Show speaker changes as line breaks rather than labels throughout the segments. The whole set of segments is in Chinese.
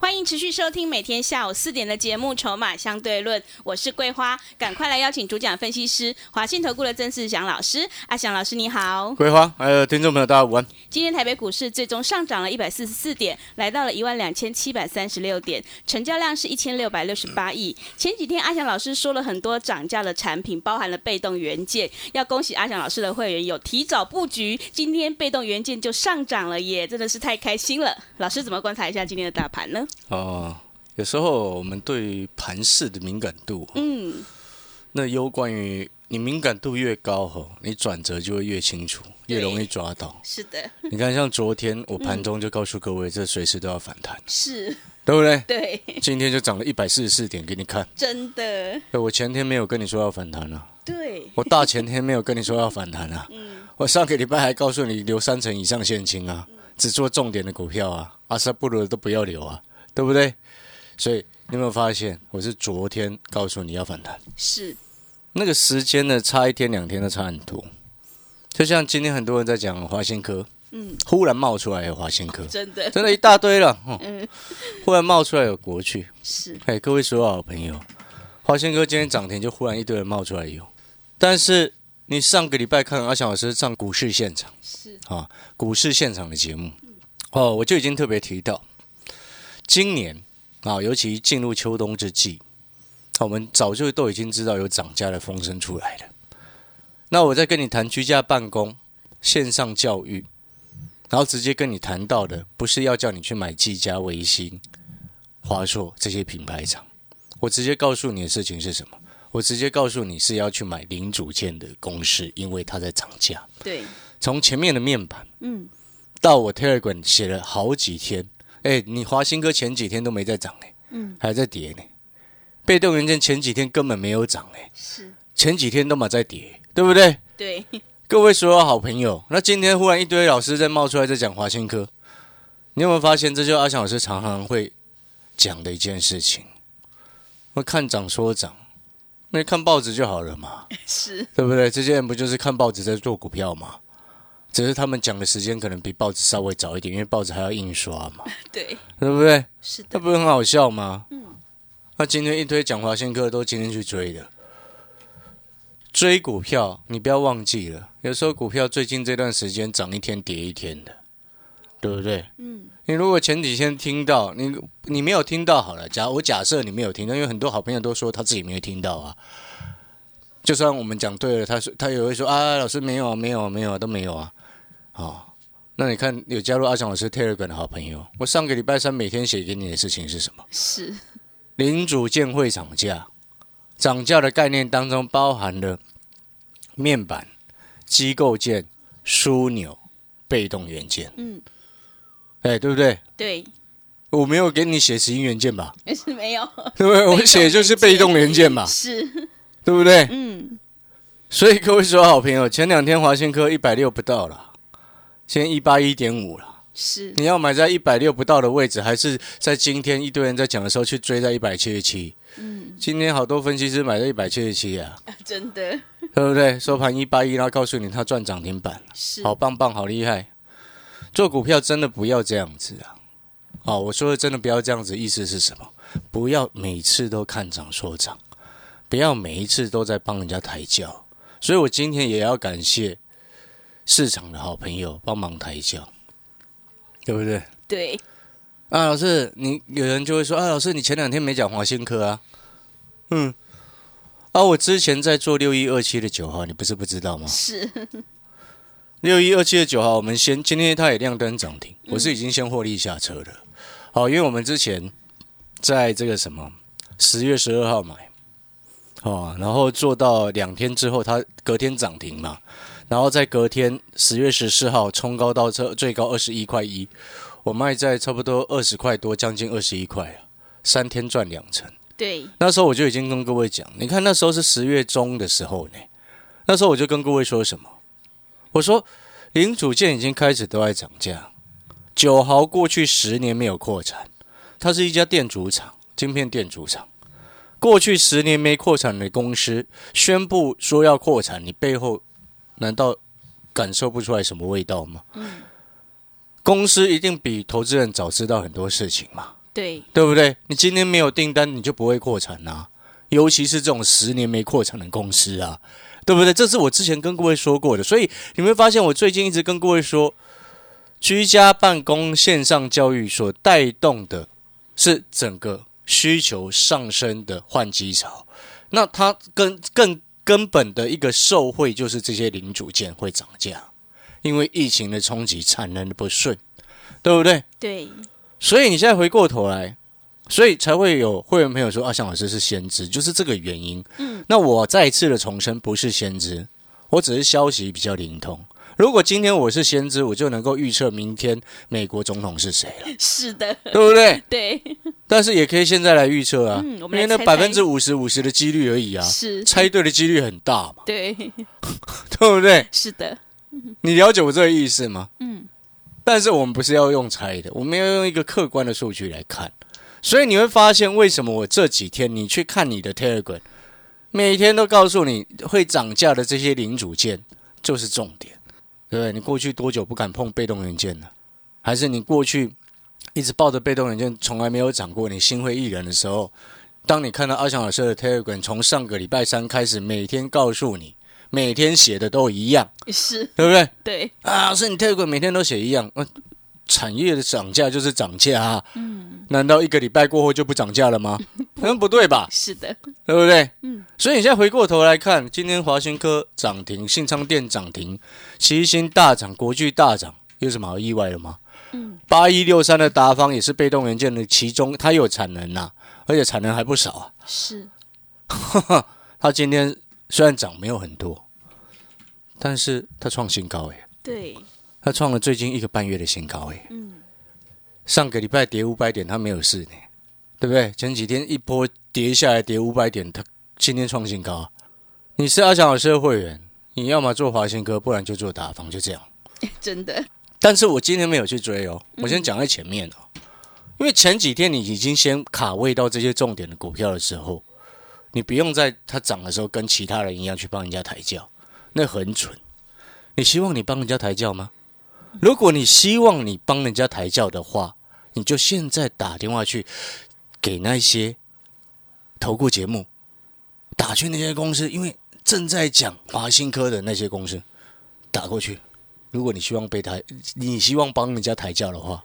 欢迎持续收听每天下午四点的节目《筹码相对论》，我是桂花，赶快来邀请主讲分析师华信投顾的曾世祥老师。阿祥老师你好，
桂花，还有听众朋友，大家午安。
今天台北股市最终上涨了一百四十四点，来到了一万两千七百三十六点，成交量是一千六百六十八亿。前几天阿翔老师说了很多涨价的产品，包含了被动元件，要恭喜阿翔老师的会员有提早布局，今天被动元件就上涨了耶，真的是太开心了。老师怎么观察一下今天的大盘呢？
哦，有时候我们对于盘势的敏感度，
嗯，
那攸关于你敏感度越高吼，你转折就会越清楚，越容易抓到。
是的，
你看，像昨天我盘中就告诉各位，这随时都要反弹，
是，
对不对？
对，
今天就涨了一百四十四点给你看。
真的，
对我前天没有跟你说要反弹啊，
对，
我大前天没有跟你说要反弹啊，我上个礼拜还告诉你留三成以上现金啊，只做重点的股票啊，阿萨布鲁的都不要留啊，对不对？所以你有没有发现，我是昨天告诉你要反弹，
是，
那个时间呢，差一天两天都差很多。就像今天很多人在讲华新科，
嗯，
忽然冒出来有华新科，
真的，
真的一大堆了，哦、忽然冒出来有国巨，
是，
哎，各位所有好朋友，华仙哥今天涨停就忽然一堆人冒出来有，但是你上个礼拜看阿翔老师上股市现场
是，
啊，股市现场的节目哦，我就已经特别提到，今年啊，尤其进入秋冬之际，我们早就都已经知道有涨价的风声出来了。那我在跟你谈居家办公、线上教育，然后直接跟你谈到的，不是要叫你去买技嘉、维新、华硕这些品牌厂，我直接告诉你的事情是什么？我直接告诉你是要去买零组件的公式，因为它在涨价。
对，
从前面的面板，
嗯，
到我 Telegram 写了好几天，哎，你华新哥前几天都没在涨呢，嗯，还在跌呢。被动元件前几天根本没有涨呢，
是，
前几天都嘛在跌，对不对？
对，
各位所有好朋友，那今天忽然一堆老师在冒出来在讲华新科，你有没有发现，这就是阿翔老师常常会讲的一件事情？那看涨说涨，那看报纸就好了嘛，
是，
对不对？这些人不就是看报纸在做股票吗？只是他们讲的时间可能比报纸稍微早一点，因为报纸还要印刷嘛，
对，
对不对？
是的，
那不是很好笑吗？嗯，那今天一堆讲华新科都今天去追的，追股票你不要忘记了，有时候股票最近这段时间涨一天跌一天的，对不对？嗯，你如果前几天听到你你没有听到好了，假我假设你没有听到，因为很多好朋友都说他自己没有听到啊。就算我们讲对了，他说他也会说啊，老师没有啊没有啊没有啊都没有啊，哦，那你看，有加入阿翔老师 Telegram 的好朋友，我上个礼拜三每天写给你的事情是什么？
是，
零组件会涨价，涨价的概念当中包含了面板、机构件、枢纽、被动元件。
嗯，
哎，对不对？
对，
我没有给你写石英元件 吧？
是没有，
对不对？我写就是被动元件嘛，
是，
对不对？
嗯，
所以各位所有好朋友，前两天华新科一百六不到了，现在一八一点五了。
是，
你要买在一百六不到的位置，还是在今天一堆人在讲的时候去追在一百七十七？嗯，今天好多分析师买在一百七十七啊，
真的，
对不对？收盘一八一，然后告诉你他赚涨停板，
是，
好棒棒，好厉害。做股票真的不要这样子啊！好，我说的真的不要这样子，意思是什么？不要每次都看涨说涨，不要每一次都在帮人家抬轿。所以我今天也要感谢市场的好朋友帮忙抬轿，对不对？
对，
啊，老师，你有人就会说啊，老师，你前两天没讲华新科啊，嗯，啊，我之前在做六一二七的九号，你不是不知道吗？
是，
六一二七的九号，我们先今天它也亮灯涨停，我是已经先获利下车了。好，因为我们之前在这个什么十月十二号买，哦，然后做到两天之后，它隔天涨停嘛，然后在隔天十月十四号冲高到这最高二十一块一，我卖在差不多二十块多，将近二十一块啊，三天赚两成。
对，
那时候我就已经跟各位讲，你看那时候是十月中的时候呢，那时候我就跟各位说什么？我说零组件已经开始都在涨价，九豪过去十年没有扩产，它是一家电阻厂，晶片电阻厂。过去十年没扩产的公司宣布说要扩产，你背后难道感受不出来什么味道吗？公司一定比投资人早知道很多事情嘛。
对，
对不对？你今天没有订单，你就不会扩产啊。尤其是这种十年没扩产的公司啊，对不对？这是我之前跟各位说过的，所以你会发现我最近一直跟各位说，居家办公、线上教育所带动的是整个需求上升的换机潮。那它更更根本的一个受惠就是这些零组件会涨价，因为疫情的冲击，产能的不顺，对不对？
对，
所以你现在回过头来，所以才会有会员朋友说啊，向老师是先知，就是这个原因。嗯，那我再一次的重申，不是先知，我只是消息比较灵通。如果今天我是先知，我就能够预测明天美国总统是谁 了，
是的，
对不对？
对，
但是也可以现在来预测啊，
嗯我们
因
来
为那
猜
百
猜
分之五十五十的几率而已啊，
是，
猜对的几率很大嘛，
对，
对不对？
是的，
你了解我这个意思吗？嗯。但是我们不是要用猜的，我们要用一个客观的数据来看。所以你会发现，为什么我这几天你去看你的 Telegram，每天都告诉你会涨价的这些零组件就是重点，对不对？你过去多久不敢碰被动元件了？还是你过去一直抱着被动元件从来没有涨过，你心灰意冷的时候，当你看到阿翔老师的 Telegram 从上个礼拜三开始，每天告诉你，每天写的都一样，
是，
对不对？
对，
啊，是你退股每天都写一样，呃，产业的涨价就是涨价啊，嗯，难道一个礼拜过后就不涨价了 吗？嗯，不对吧，
是的，
对不对？嗯，所以你现在回过头来看，今天华新科涨停，信昌店涨停，齐星大涨，国巨大涨，有什么好意外的吗？嗯，八一六三的达方也是被动元件的其中，它有产能呐、啊而且产能还不少啊，
是，
它今天虽然涨没有很多，但是它创新高欸诶、
对，
它创了最近一个半月的新高哎、上个礼拜跌五百点，它没有事呢，对不对？前几天一波跌下来跌五百点，它今天创新高啊、你是阿翔老师的会员，你要么做华新科，不然就做达方，就这样。
真的，
但是我今天没有去追哦，我先讲在前面哦，因为前几天你已经先卡位到这些重点的股票的时候，你不用在它涨的时候跟其他人一样去帮人家抬轿，那很蠢。你希望你帮人家抬轿吗？如果你希望你帮人家抬轿的话，你就现在打电话去给那些投顾节目，打去那些公司，因为正在讲华新科的那些公司，打过去。如果你希望被抬，你希望帮人家抬轿的话，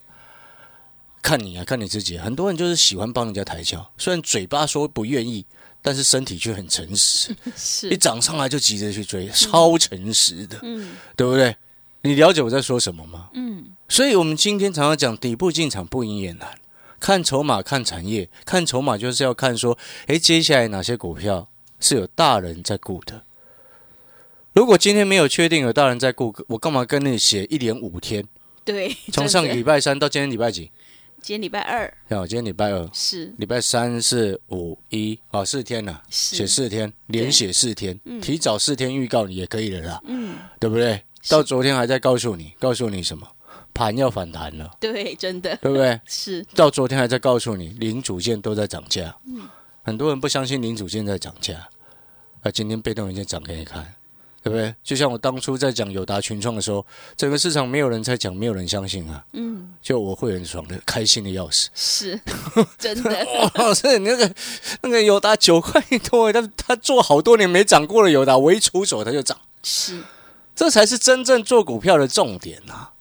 看你啊，看你自己啊。很多人就是喜欢帮人家抬轿，虽然嘴巴说不愿意，但是身体却很诚实，一
是，
涨上来就急着去追，超诚实的，
嗯
对不对？你了解我在说什么吗？嗯。所以我们今天常常讲底部进场不赢也难，看筹码，看产业，看筹码就是要看说，诶，接下来哪些股票是有大人在顾的。如果今天没有确定有大人在顾，我干嘛跟你写一连五天？
对，
从上
真
个
的
礼拜三到今天礼拜几？
今天礼拜二
啊，今天礼拜二、
是
礼拜三、四、五、一，啊，四天了、写
是
四天，连
对
写四天，提早四天预告你也可以了啦，嗯，对不对？到昨天还在告诉你，告诉你什么？盘要反弹了，
对，真的？
对不对
是
到昨天还在告诉你，零组件都在涨价，嗯，很多人不相信零组件在涨价，啊，今天被动元件涨给你看，对不对？就像我当初在讲友达群创的时候，整个市场没有人在讲，没有人相信啊，嗯，就我会员爽的开心的要死。
是，真的
哦，所以那个那个友达九块多，但是他做好多年没涨过的友达，我一出手它就涨，
是，
这才是真正做股票的重点啊。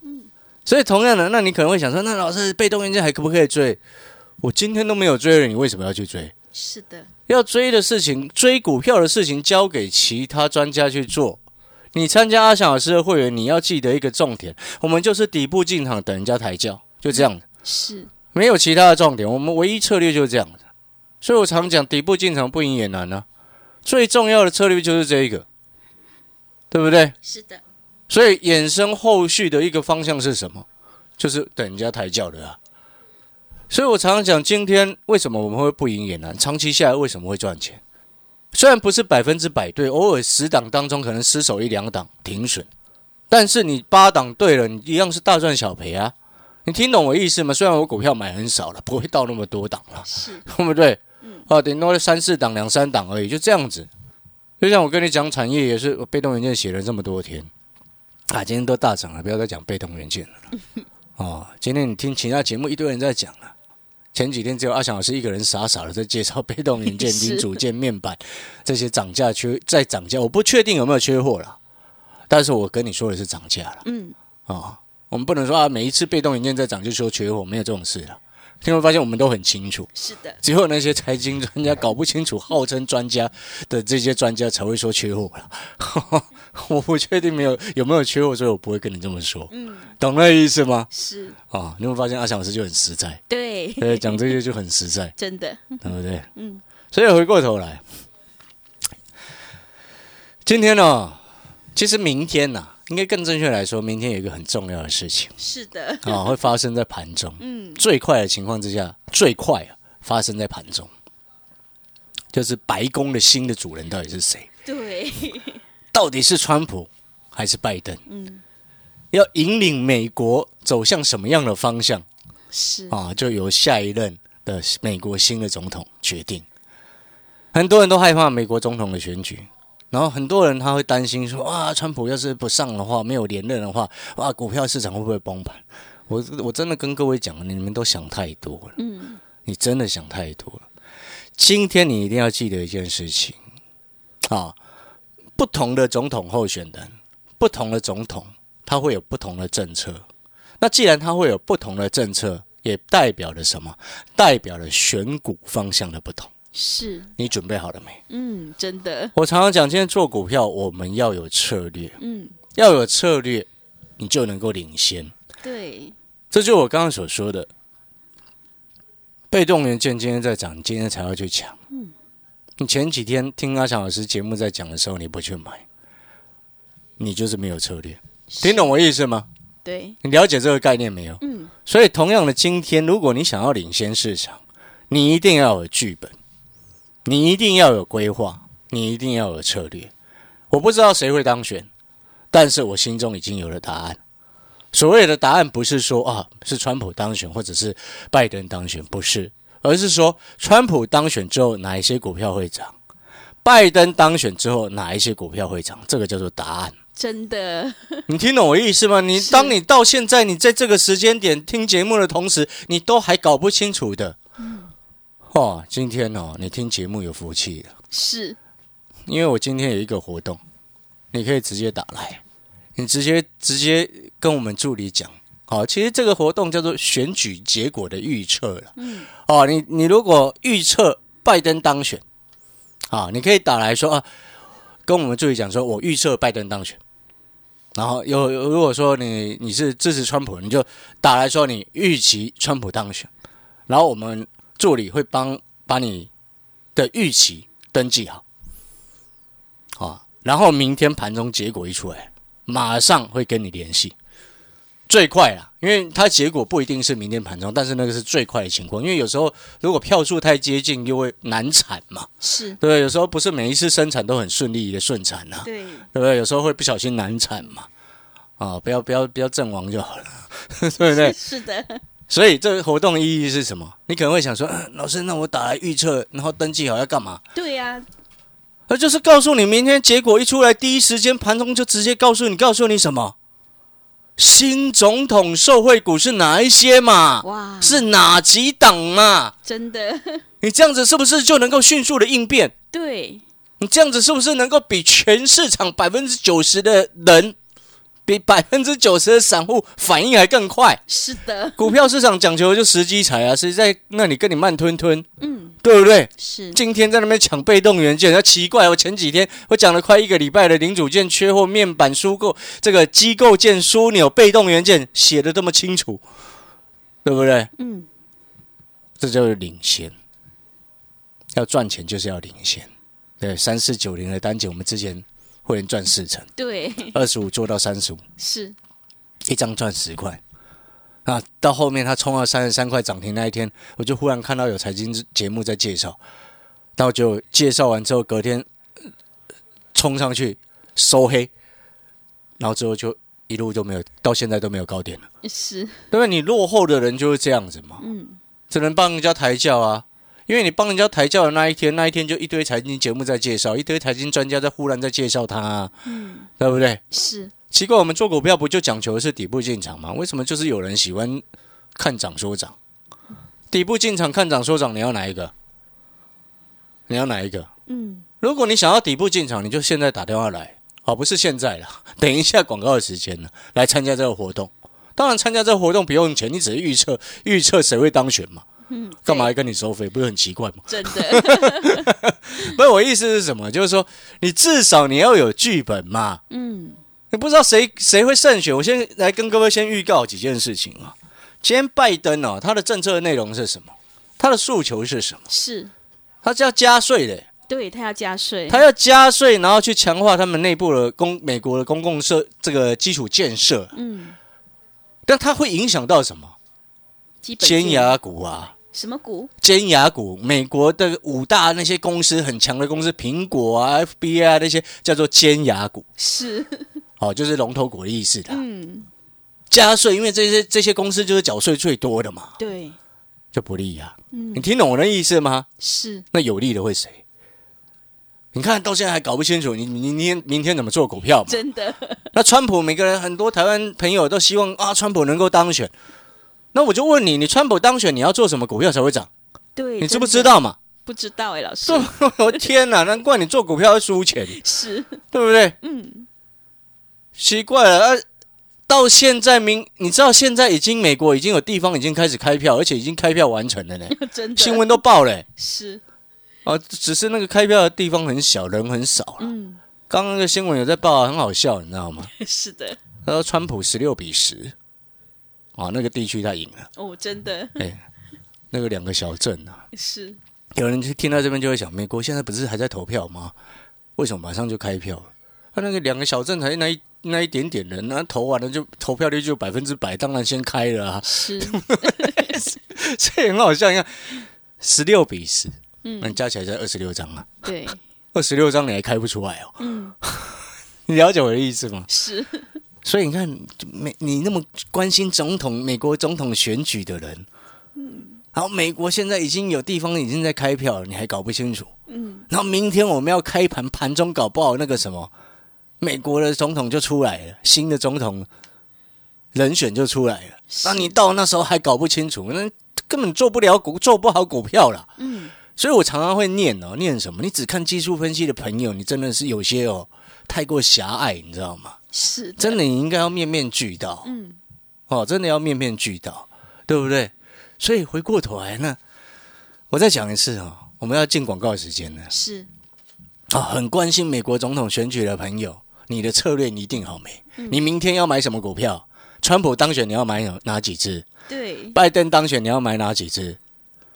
所以同样的，那你可能会想说，那老师被动元件还可不可以追？我今天都没有追了，你为什么要去追？
是的，
要追的事情，追股票的事情交给其他专家去做。你参加阿翔老师的会员，你要记得一个重点，我们就是底部进场等人家抬轿，就这样的。
是，
没有其他的重点，我们唯一策略就是这样的。所以我常讲，底部进场不赢也难啊。最重要的策略就是这一个，对不对？
是的，
所以衍生后续的一个方向是什么？就是等人家抬轿的啊。所以我常常讲，今天为什么我们会不赢也难？长期下来为什么会赚钱？虽然不是百分之百对，偶尔十档当中可能失手一两档停损，但是你八档对了，你一样是大赚小赔啊！你听懂我意思吗？虽然我股票买很少了，不会到那么多档了，
是，
对不对？啊，顶多三四档、两三档而已，就这样子。就像我跟你讲产业也是，我被动元件写了这么多天，啊，今天都大涨了，不要再讲被动元件了啦。哦，今天你听其他节目一堆人在讲了，前几天只有阿翔老师一个人傻傻的在介绍被动元件、
是
零组件、面板这些涨价缺在涨价，我不确定有没有缺货了，但是我跟你说的是涨价了。
嗯，
啊，我们不能说啊，每一次被动元件在涨就说缺货，没有这种事了。听会发现我们都很清楚，
是的，
只有那些财经专家搞不清楚、号称专家的这些专家才会说缺货了。 我不确定没有有没有缺货，所以我不会跟你这么说，
嗯，
懂那意思吗？
是，
啊，你会发现阿翔老师就很实 在，
对，
对，讲这些就很实在，
真的，
对不对？
嗯，
所以回过头来，今天呢、其实明天呢、应该更正确来说，明天有一个很重要的事情。
是 的，
啊、会发生在盘中。
嗯，
最快的情况之下，最快啊，发生在盘中，就是白宫的新的主人到底是谁？
对，
到底是川普还是拜登？
嗯，
要引领美国走向什么样的方向
是，
啊？就由下一任的美国新的总统决定。很多人都害怕美国总统的选举。然后很多人他会担心说，哇，川普要是不上的话，没有连任的话，哇，股票市场会不会崩盘？我我真的跟各位讲，你们都想太多了。
嗯，
你真的想太多了。今天你一定要记得一件事情啊，不同的总统候选人，不同的总统，他会有不同的政策。那既然他会有不同的政策，也代表了什么？代表了选股方向的不同。
是，
你准备好了没？
嗯，真的，
我常常讲，今天做股票，我们要有策略，
嗯，
要有策略，你就能够领先。
对，
这就是我刚刚所说的，被动元件今天在涨，你今天才要去抢。嗯，你前几天听阿强老师节目在讲的时候，你不去买，你就是没有策略。听懂我意思吗？
对，
你了解这个概念没有？
嗯，
所以同样的，今天如果你想要领先市场，你一定要有剧本，你一定要有规划，你一定要有策略。我不知道谁会当选，但是我心中已经有了答案。所谓的答案不是说啊是川普当选或者是拜登当选，不是，而是说川普当选之后哪一些股票会涨，拜登当选之后哪一些股票会涨，这个叫做答案。
真的，
你听懂我意思吗？你
是
当你到现在，你在这个时间点听节目的同时，你都还搞不清楚的。哦，今天哦，你听节目有福气了，
是，
因为我今天有一个活动，你可以直接打来，你直接直接跟我们助理讲。好、其实这个活动叫做选举结果的预测了。嗯。哦，你你如果预测拜登当选，啊，你可以打来说啊，跟我们助理讲说，我预测拜登当选。然后有有如果说你你是支持川普，你就打来说你预期川普当选，然后我们助理会帮把你的预期登记好，啊，然后明天盘中结果一出来，马上会跟你联系，最快啦，因为它结果不一定是明天盘中，但是那个是最快的情况，因为有时候如果票数太接近，又会难产嘛，
是，
对，有时候不是每一次生产都很顺利的顺产呐、
对，
对不对？有时候会不小心难产嘛，啊，不要不要不要阵亡就好了， 对不对？
是的，
所以这个活动的意义是什么？你可能会想说，呃老师，那我打来预测，然后登记好要干嘛？
对啊呀，
那就是告诉你，明天结果一出来，第一时间盘中就直接告诉你，告诉你什么？新总统受惠股是哪一些嘛？
哇，
是哪几档嘛？
真的，
你这样子是不是就能够迅速的应变？
对，
你这样子是不是能够比全市场百分之九十的人，比百分之九十的散户反应还更快？
是的，
股票市场讲求的就时机财啊，谁在那里跟你慢吞吞，
嗯，
对不对？
是，
今天在那边抢被动元件，那奇怪，我前几天我讲了快一个礼拜的零组件缺货、面板输购、这个机构件枢纽、被动元件写的这么清楚，对不对？
嗯，
这就是领先。要赚钱就是要领先，对，三四九零的单节，我们之前会员赚四成，
对，
二十五做到三十五，
是，
一张赚十块，啊，到后面它冲到三十三块涨停那一天，我就忽然看到有财经节目在介绍，到就介绍完之后，隔天呃冲上去收黑，然后之后就一路都没有，到现在都没有高点了。
是，
对吧？你落后的人就是这样子嘛，
嗯，
只能帮人家抬轿啊。因为你帮人家抬轿的那一天，那一天就一堆财经节目在介绍，一堆财经专家在忽然在介绍他、啊，对不对？
是，
奇怪，我们做股票不就讲求的是底部进场吗？为什么就是有人喜欢看涨说涨？底部进场看涨说涨，你要哪一个？你要哪一个？
嗯，
如果你想要底部进场，你就现在打电话来，好，不是现在啦，等一下广告的时间了，来参加这个活动。当然，参加这个活动不用钱，你只是预测预测谁会当选嘛，
嗯，
干嘛还跟你收费？不是很奇怪吗？
对？真 的，
不是我意思是什么？就是说你至少你要有剧本嘛，
嗯，
你不知道谁谁会胜选。我先来跟各位先预告几件事情啊。今天拜登哦，他的政策内容是什么？他的诉求是什么？
是，
他是要加税的、
对他要加税，
他要加税，然后去强化他们内部的公美国的公共社这个基础建设，
嗯，
但它会影响到什么？
基本
尖
金
牙股啊，
什么股？
尖牙股，美国的五大那些公司很强的公司，苹果啊、FBI 啊那些叫做尖牙股，
是，
哦，就是龙头股的意思的啊。
嗯，
加税，因为这些这些公司就是缴税最多的嘛，
对，
就不利啊。
嗯
你听懂我的意思吗？
是，
那有利的会谁？你看到现在还搞不清楚，你你明天明天怎么做股票嘛？
真的，
那川普每个人很多台湾朋友都希望啊，川普能够当选。那我就问你，你川普当选，你要做什么股票才会涨？
对，
你知
真
不
的
知？道嘛？
不知道哎，老师，
我天哪，难怪你做股票会输钱，
是，
对不对？
嗯，
奇怪了，啊、到现在明，你知道现在已经美国已经有地方已经开始开票，而且已经开票完 成了呢，
真的，
新闻都报了欸。
是，
啊，只是那个开票的地方很小，人很少了。
嗯，
刚刚那个新闻有在报啊，很好笑，你知道吗？
是的，
他说川普十六比十，啊，那个地区他赢了。
哦，真的
那个两个小镇啊，
是，
有人就听到这边就会想，美国现在不是还在投票吗？为什么马上就开票了？他、那个两个小镇才那一那一点点人，那投完了就投票率就百分之百，当然先开了啊，
是，
所以很好笑，你看十六比十，嗯，那你加起来才二十六张啊，
对，
二十六张你还开不出来哦，
嗯，
你了解我的意思吗？
是，
所以你看，美你那么关心总统美国总统选举的人，嗯，然后美国现在已经有地方已经在开票了，你还搞不清楚，嗯，然后明天我们要开盘，盘中搞不好那个什么，美国的总统就出来了，新的总统人选就出来了，那你到那时候还搞不清楚，那根本做不了股，做不好股票了，嗯，所以我常常会念哦，念什么？你只看技术分析的朋友，你真的是有些哦太过狭隘，你知道吗？
是，
真的你应该要面面俱到，
嗯，
哦，真的要面面俱到，对不对？所以回过头来呢，我再讲一次哦，我们要进广告时间了
是，
啊、很关心美国总统选举的朋友，你的策略你一定好没？你明天要买什么股票？川普当选你要买哪哪几只？
对，
拜登当选你要买哪几只？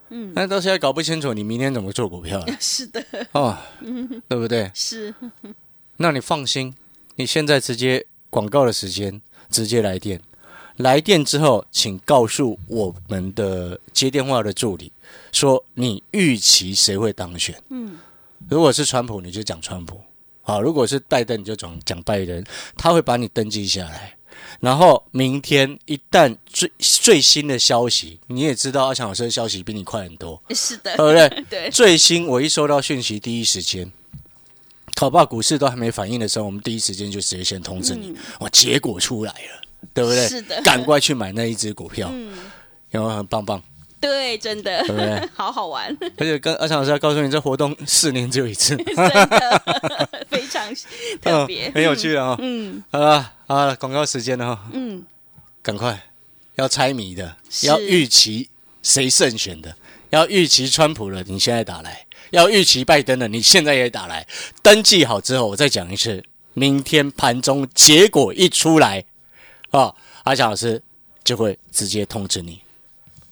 嗯，那到现在搞不清楚你明天怎么做股票了
是的，
哦，对不对？
是，
那你放心，你现在直接广告的时间直接来电，来电之后，请告诉我们的接电话的助理，说你预期谁会当选。嗯，如果是川普，你就讲川普；好，如果是拜登，你就讲讲拜登。他会把你登记下来，然后明天一旦最最新的消息，你也知道阿强老师的消息比你快很多，
是的
对，不对？
对，
最新我一收到讯息，第一时间，考报股市都还没反应的时候，我们第一时间就直接先通知你，我、结果出来了，对不对？
嗯是的嗯
赶快去买那一只股票，有没有很棒棒？
对，真的
对不对，
好好玩，
而且跟阿强老师要告诉你，这活动四年只有一次，
真的 非常 特别
嗯，很有趣的哦。
嗯，
好了好了，广告时间了哈、哦，
嗯，
赶快要猜谜的，
是
要预期谁胜选的，要预期川普的，你现在打来；要预期拜登的，你现在也打来。登记好之后，我再讲一次，明天盘中结果一出来，哦，阿强老师就会直接通知你，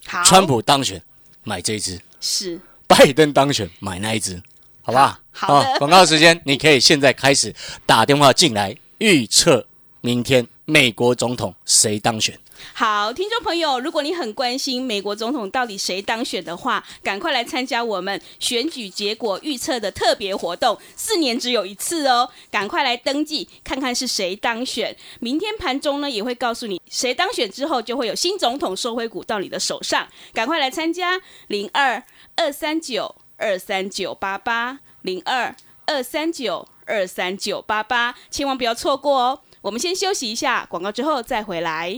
好，
川普当选买这一只，
是
拜登当选买那一只，好不好？
好的
哦广告时间，你可以现在开始打电话进来预测明天美国总统谁当选。
好，听众朋友，如果你很关心美国总统到底谁当选的话，赶快来参加我们选举结果预测的特别活动，四年只有一次哦，赶快来登记，看看是谁当选。明天盘中呢也会告诉你谁当选之后，就会有新总统受惠股到你的手上，赶快来参加零二二三九二三九八八零二二三九二三九八八，千万不要错过哦。我们先休息一下，广告之后再回来。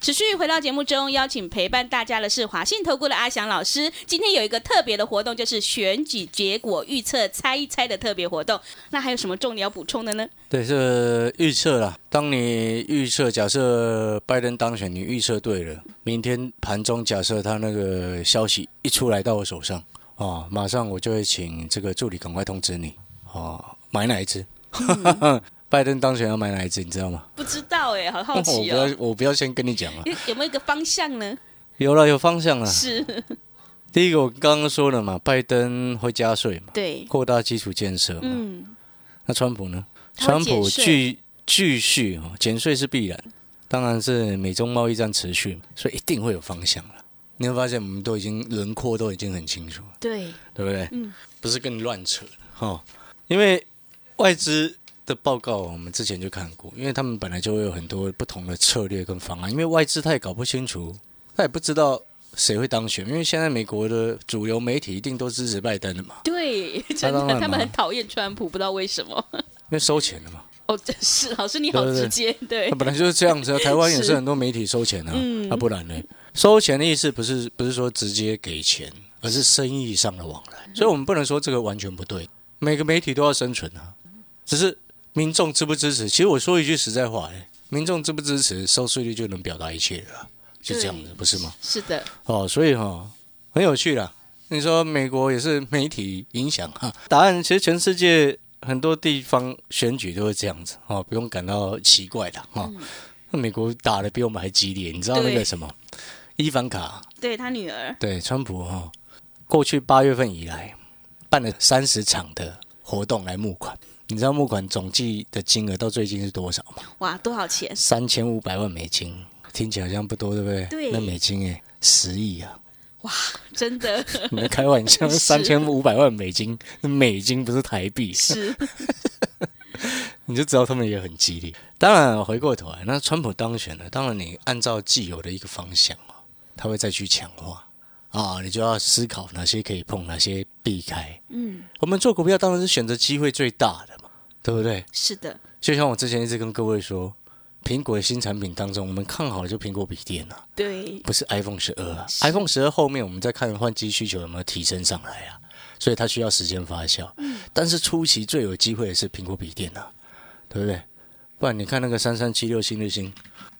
持续回到节目中，邀请陪伴大家的是华信投顾的阿翔老师。今天有一个特别的活动，就是选举结果预测猜一猜的特别活动。那还有什么重点要补充的呢？
对，这预测啦。当你预测，假设拜登当选，你预测对了，明天盘中假设他那个消息一出来到我手上，哦，马上我就会请这个助理赶快通知你，哦，买哪一只？
嗯
拜登当选要买哪一只，你知道吗？
不知道哎、好好
我不
奇哦
要。，我不要先跟你讲了。
有有没有一个方向呢？
有了，有方向了。
是，
第一个我刚刚说了嘛，拜登会加税 嘛，
对，
扩大基础建设嘛。
嗯，
那川普呢？
他
川
会
普
减税
继继续哦，减税是必然，当然是美中贸易战持续嘛，所以一定会有方向了。你会发现，我们都已经轮廓都已经很清楚了，
对，
对不对？
嗯，
不是跟你乱扯哦，因为外资的报告我们之前就看过，因为他们本来就会有很多不同的策略跟方案，因为外资他也搞不清楚，他也不知道谁会当选，因为现在美国的主流媒体一定都支持拜登的嘛，
对，真
当然
的，
嘛
他们很讨厌川普，不知道为什么。
因为收钱了嘛。
哦，真是老师你好
对对对
直接，对
那，本来就是这样子啊，台湾也
是
是很多媒体收钱啊，啊不然呢？收钱的意思不是不是说直接给钱，而是生意上的往来，所以我们不能说这个完全不对。每个媒体都要生存啊，只是民众支不支持。其实我说一句实在话、哎，民众支不支持，收视率就能表达一切了啊，就这样子，不是吗？
是的，
哦，所以哈、很有趣啦。你说美国也是媒体影响哈、答案其实全世界很多地方选举都会这样子哦，不用感到奇怪的哈。那、美国打的比我们还激烈，你知道那
嗯对
个什么伊凡卡
对他女儿，
对川普哈、过去八月份以来办了三十场的活动来募款，你知道募款总计的金额到最近是多少吗？
哇，多少钱？
三千五百万美金，听起来好像不多，对不对？
对
那美金哎，十亿啊。
真的
你在开玩 笑，
是
三千五百万美金，美金不是台 币，
是，
你就知道他们也很激烈。当然，回过头来，那川普当选了，当然你按照既有的一个方向哦，他会再去强化啊，你就要思考哪些可以碰，哪些避开。
嗯，
我们做股票当然是选择机会最大的嘛，对不对？
是的，
就像我之前一直跟各位说，苹果的新产品当中，我们看好的就苹果笔电啊，
对，
不是 iPhone 十二啊，iPhone 十二后面我们再看换机需求有没有提升上来啊，所以它需要时间发酵。但是初期最有机会的是苹果笔电啊，对不对？不然你看那个三三七六新日新，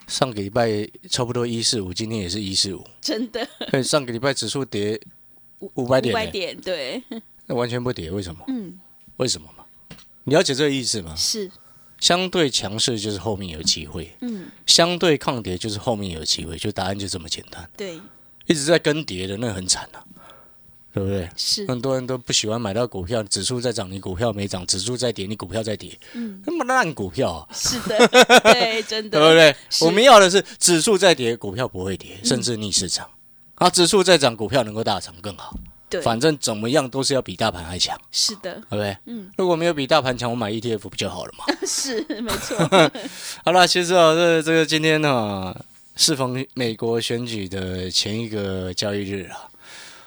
上个礼拜差不多一四五，今天也是一四五，
真的
对，上个礼拜指数跌五百
五
点、
百
欸，
点，对，
那完全不跌，为什么？
嗯，
为什么嘛？你了解这个意思吗？
是，
相对强势就是后面有机会，
嗯，
相对抗跌就是后面有机会，就答案就这么简单。
对，
一直在跟跌的，那很惨啊，对不对？
是，
很多人都不喜欢买到股票，指数在涨，你股票没涨；指数在跌，你股票在跌。嗯，那么烂股票、啊，
是的， 对，真
对不
的，
对？
是嗯
我们要的是指数在跌，股票不会跌，甚至逆市涨。啊，指数在涨，股票能够大涨更好。
对，
反正怎么样都是要比大盘还强，
是的，
对不对？嗯，如果没有比大盘强，我买 ETF 不就好了嘛？
是没错，
好了，其实啊，这这个今天呢、适逢美国选举的前一个交易日啊，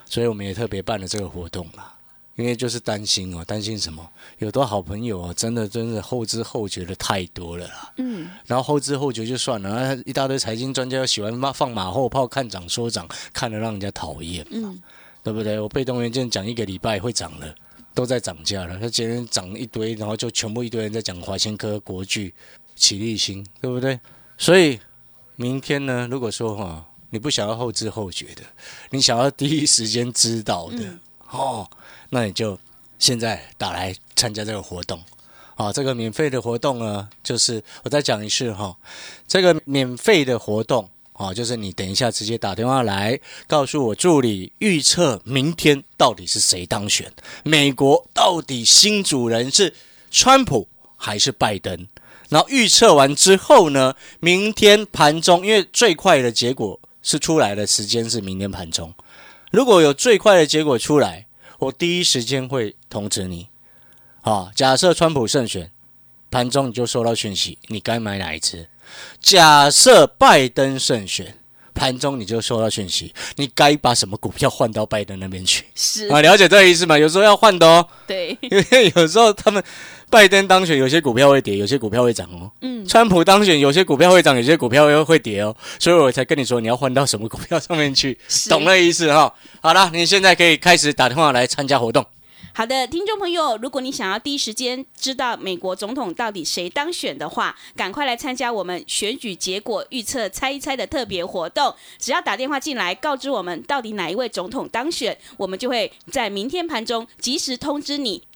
所以我们也特别办了这个活动啦。因为就是担心哦，担心什么？有多好朋友哦，真的真的后知后觉的太多了啦。
嗯，
然后后知后觉就算了，然后一大堆财经专家又喜欢骂放马后炮，看涨说涨，看得让人家讨厌，
嗯，
对不对？我被动元件讲一个礼拜会涨了，都在涨价了，它今天涨一堆，然后就全部一堆人在讲华新科、国巨、起立新，对不对？所以明天呢，如果说哈，你不想要后知后觉的，你想要第一时间知道的、哦，那你就现在打来参加这个活动。啊，这个免费的活动呢，就是我再讲一次哈、这个免费的活动啊，就是你等一下直接打电话来，告诉我助理预测明天到底是谁当选，美国到底新主人是川普还是拜登？然后预测完之后呢，明天盘中，因为最快的结果是出来的时间是明天盘中，如果有最快的结果出来，我第一时间会通知你。啊，假设川普胜选，盘中你就收到讯息，你该买哪一只？假设拜登胜选，盘中你就收到讯息，你该把什么股票换到拜登那边去
是，
啊？了解这个意思吗？有时候要换的哦，
对，
因为有时候他们拜登当选，有些股票会跌，有些股票会涨哦。
嗯，
川普当选，有些股票会涨，有些股票又会跌哦，所以我才跟你说你要换到什么股票上面去，
是
懂那意思哈、好了，你现在可以开始打电话来参加活动。
好的，听众朋友，如果你想要第一时间知道美国总统到底谁当选的话，赶快来参加我们选举结果预测猜一猜的特别活动。只要打电话进来告知我们到底哪一位总统当选，我们就会在明天盘中及时通知你，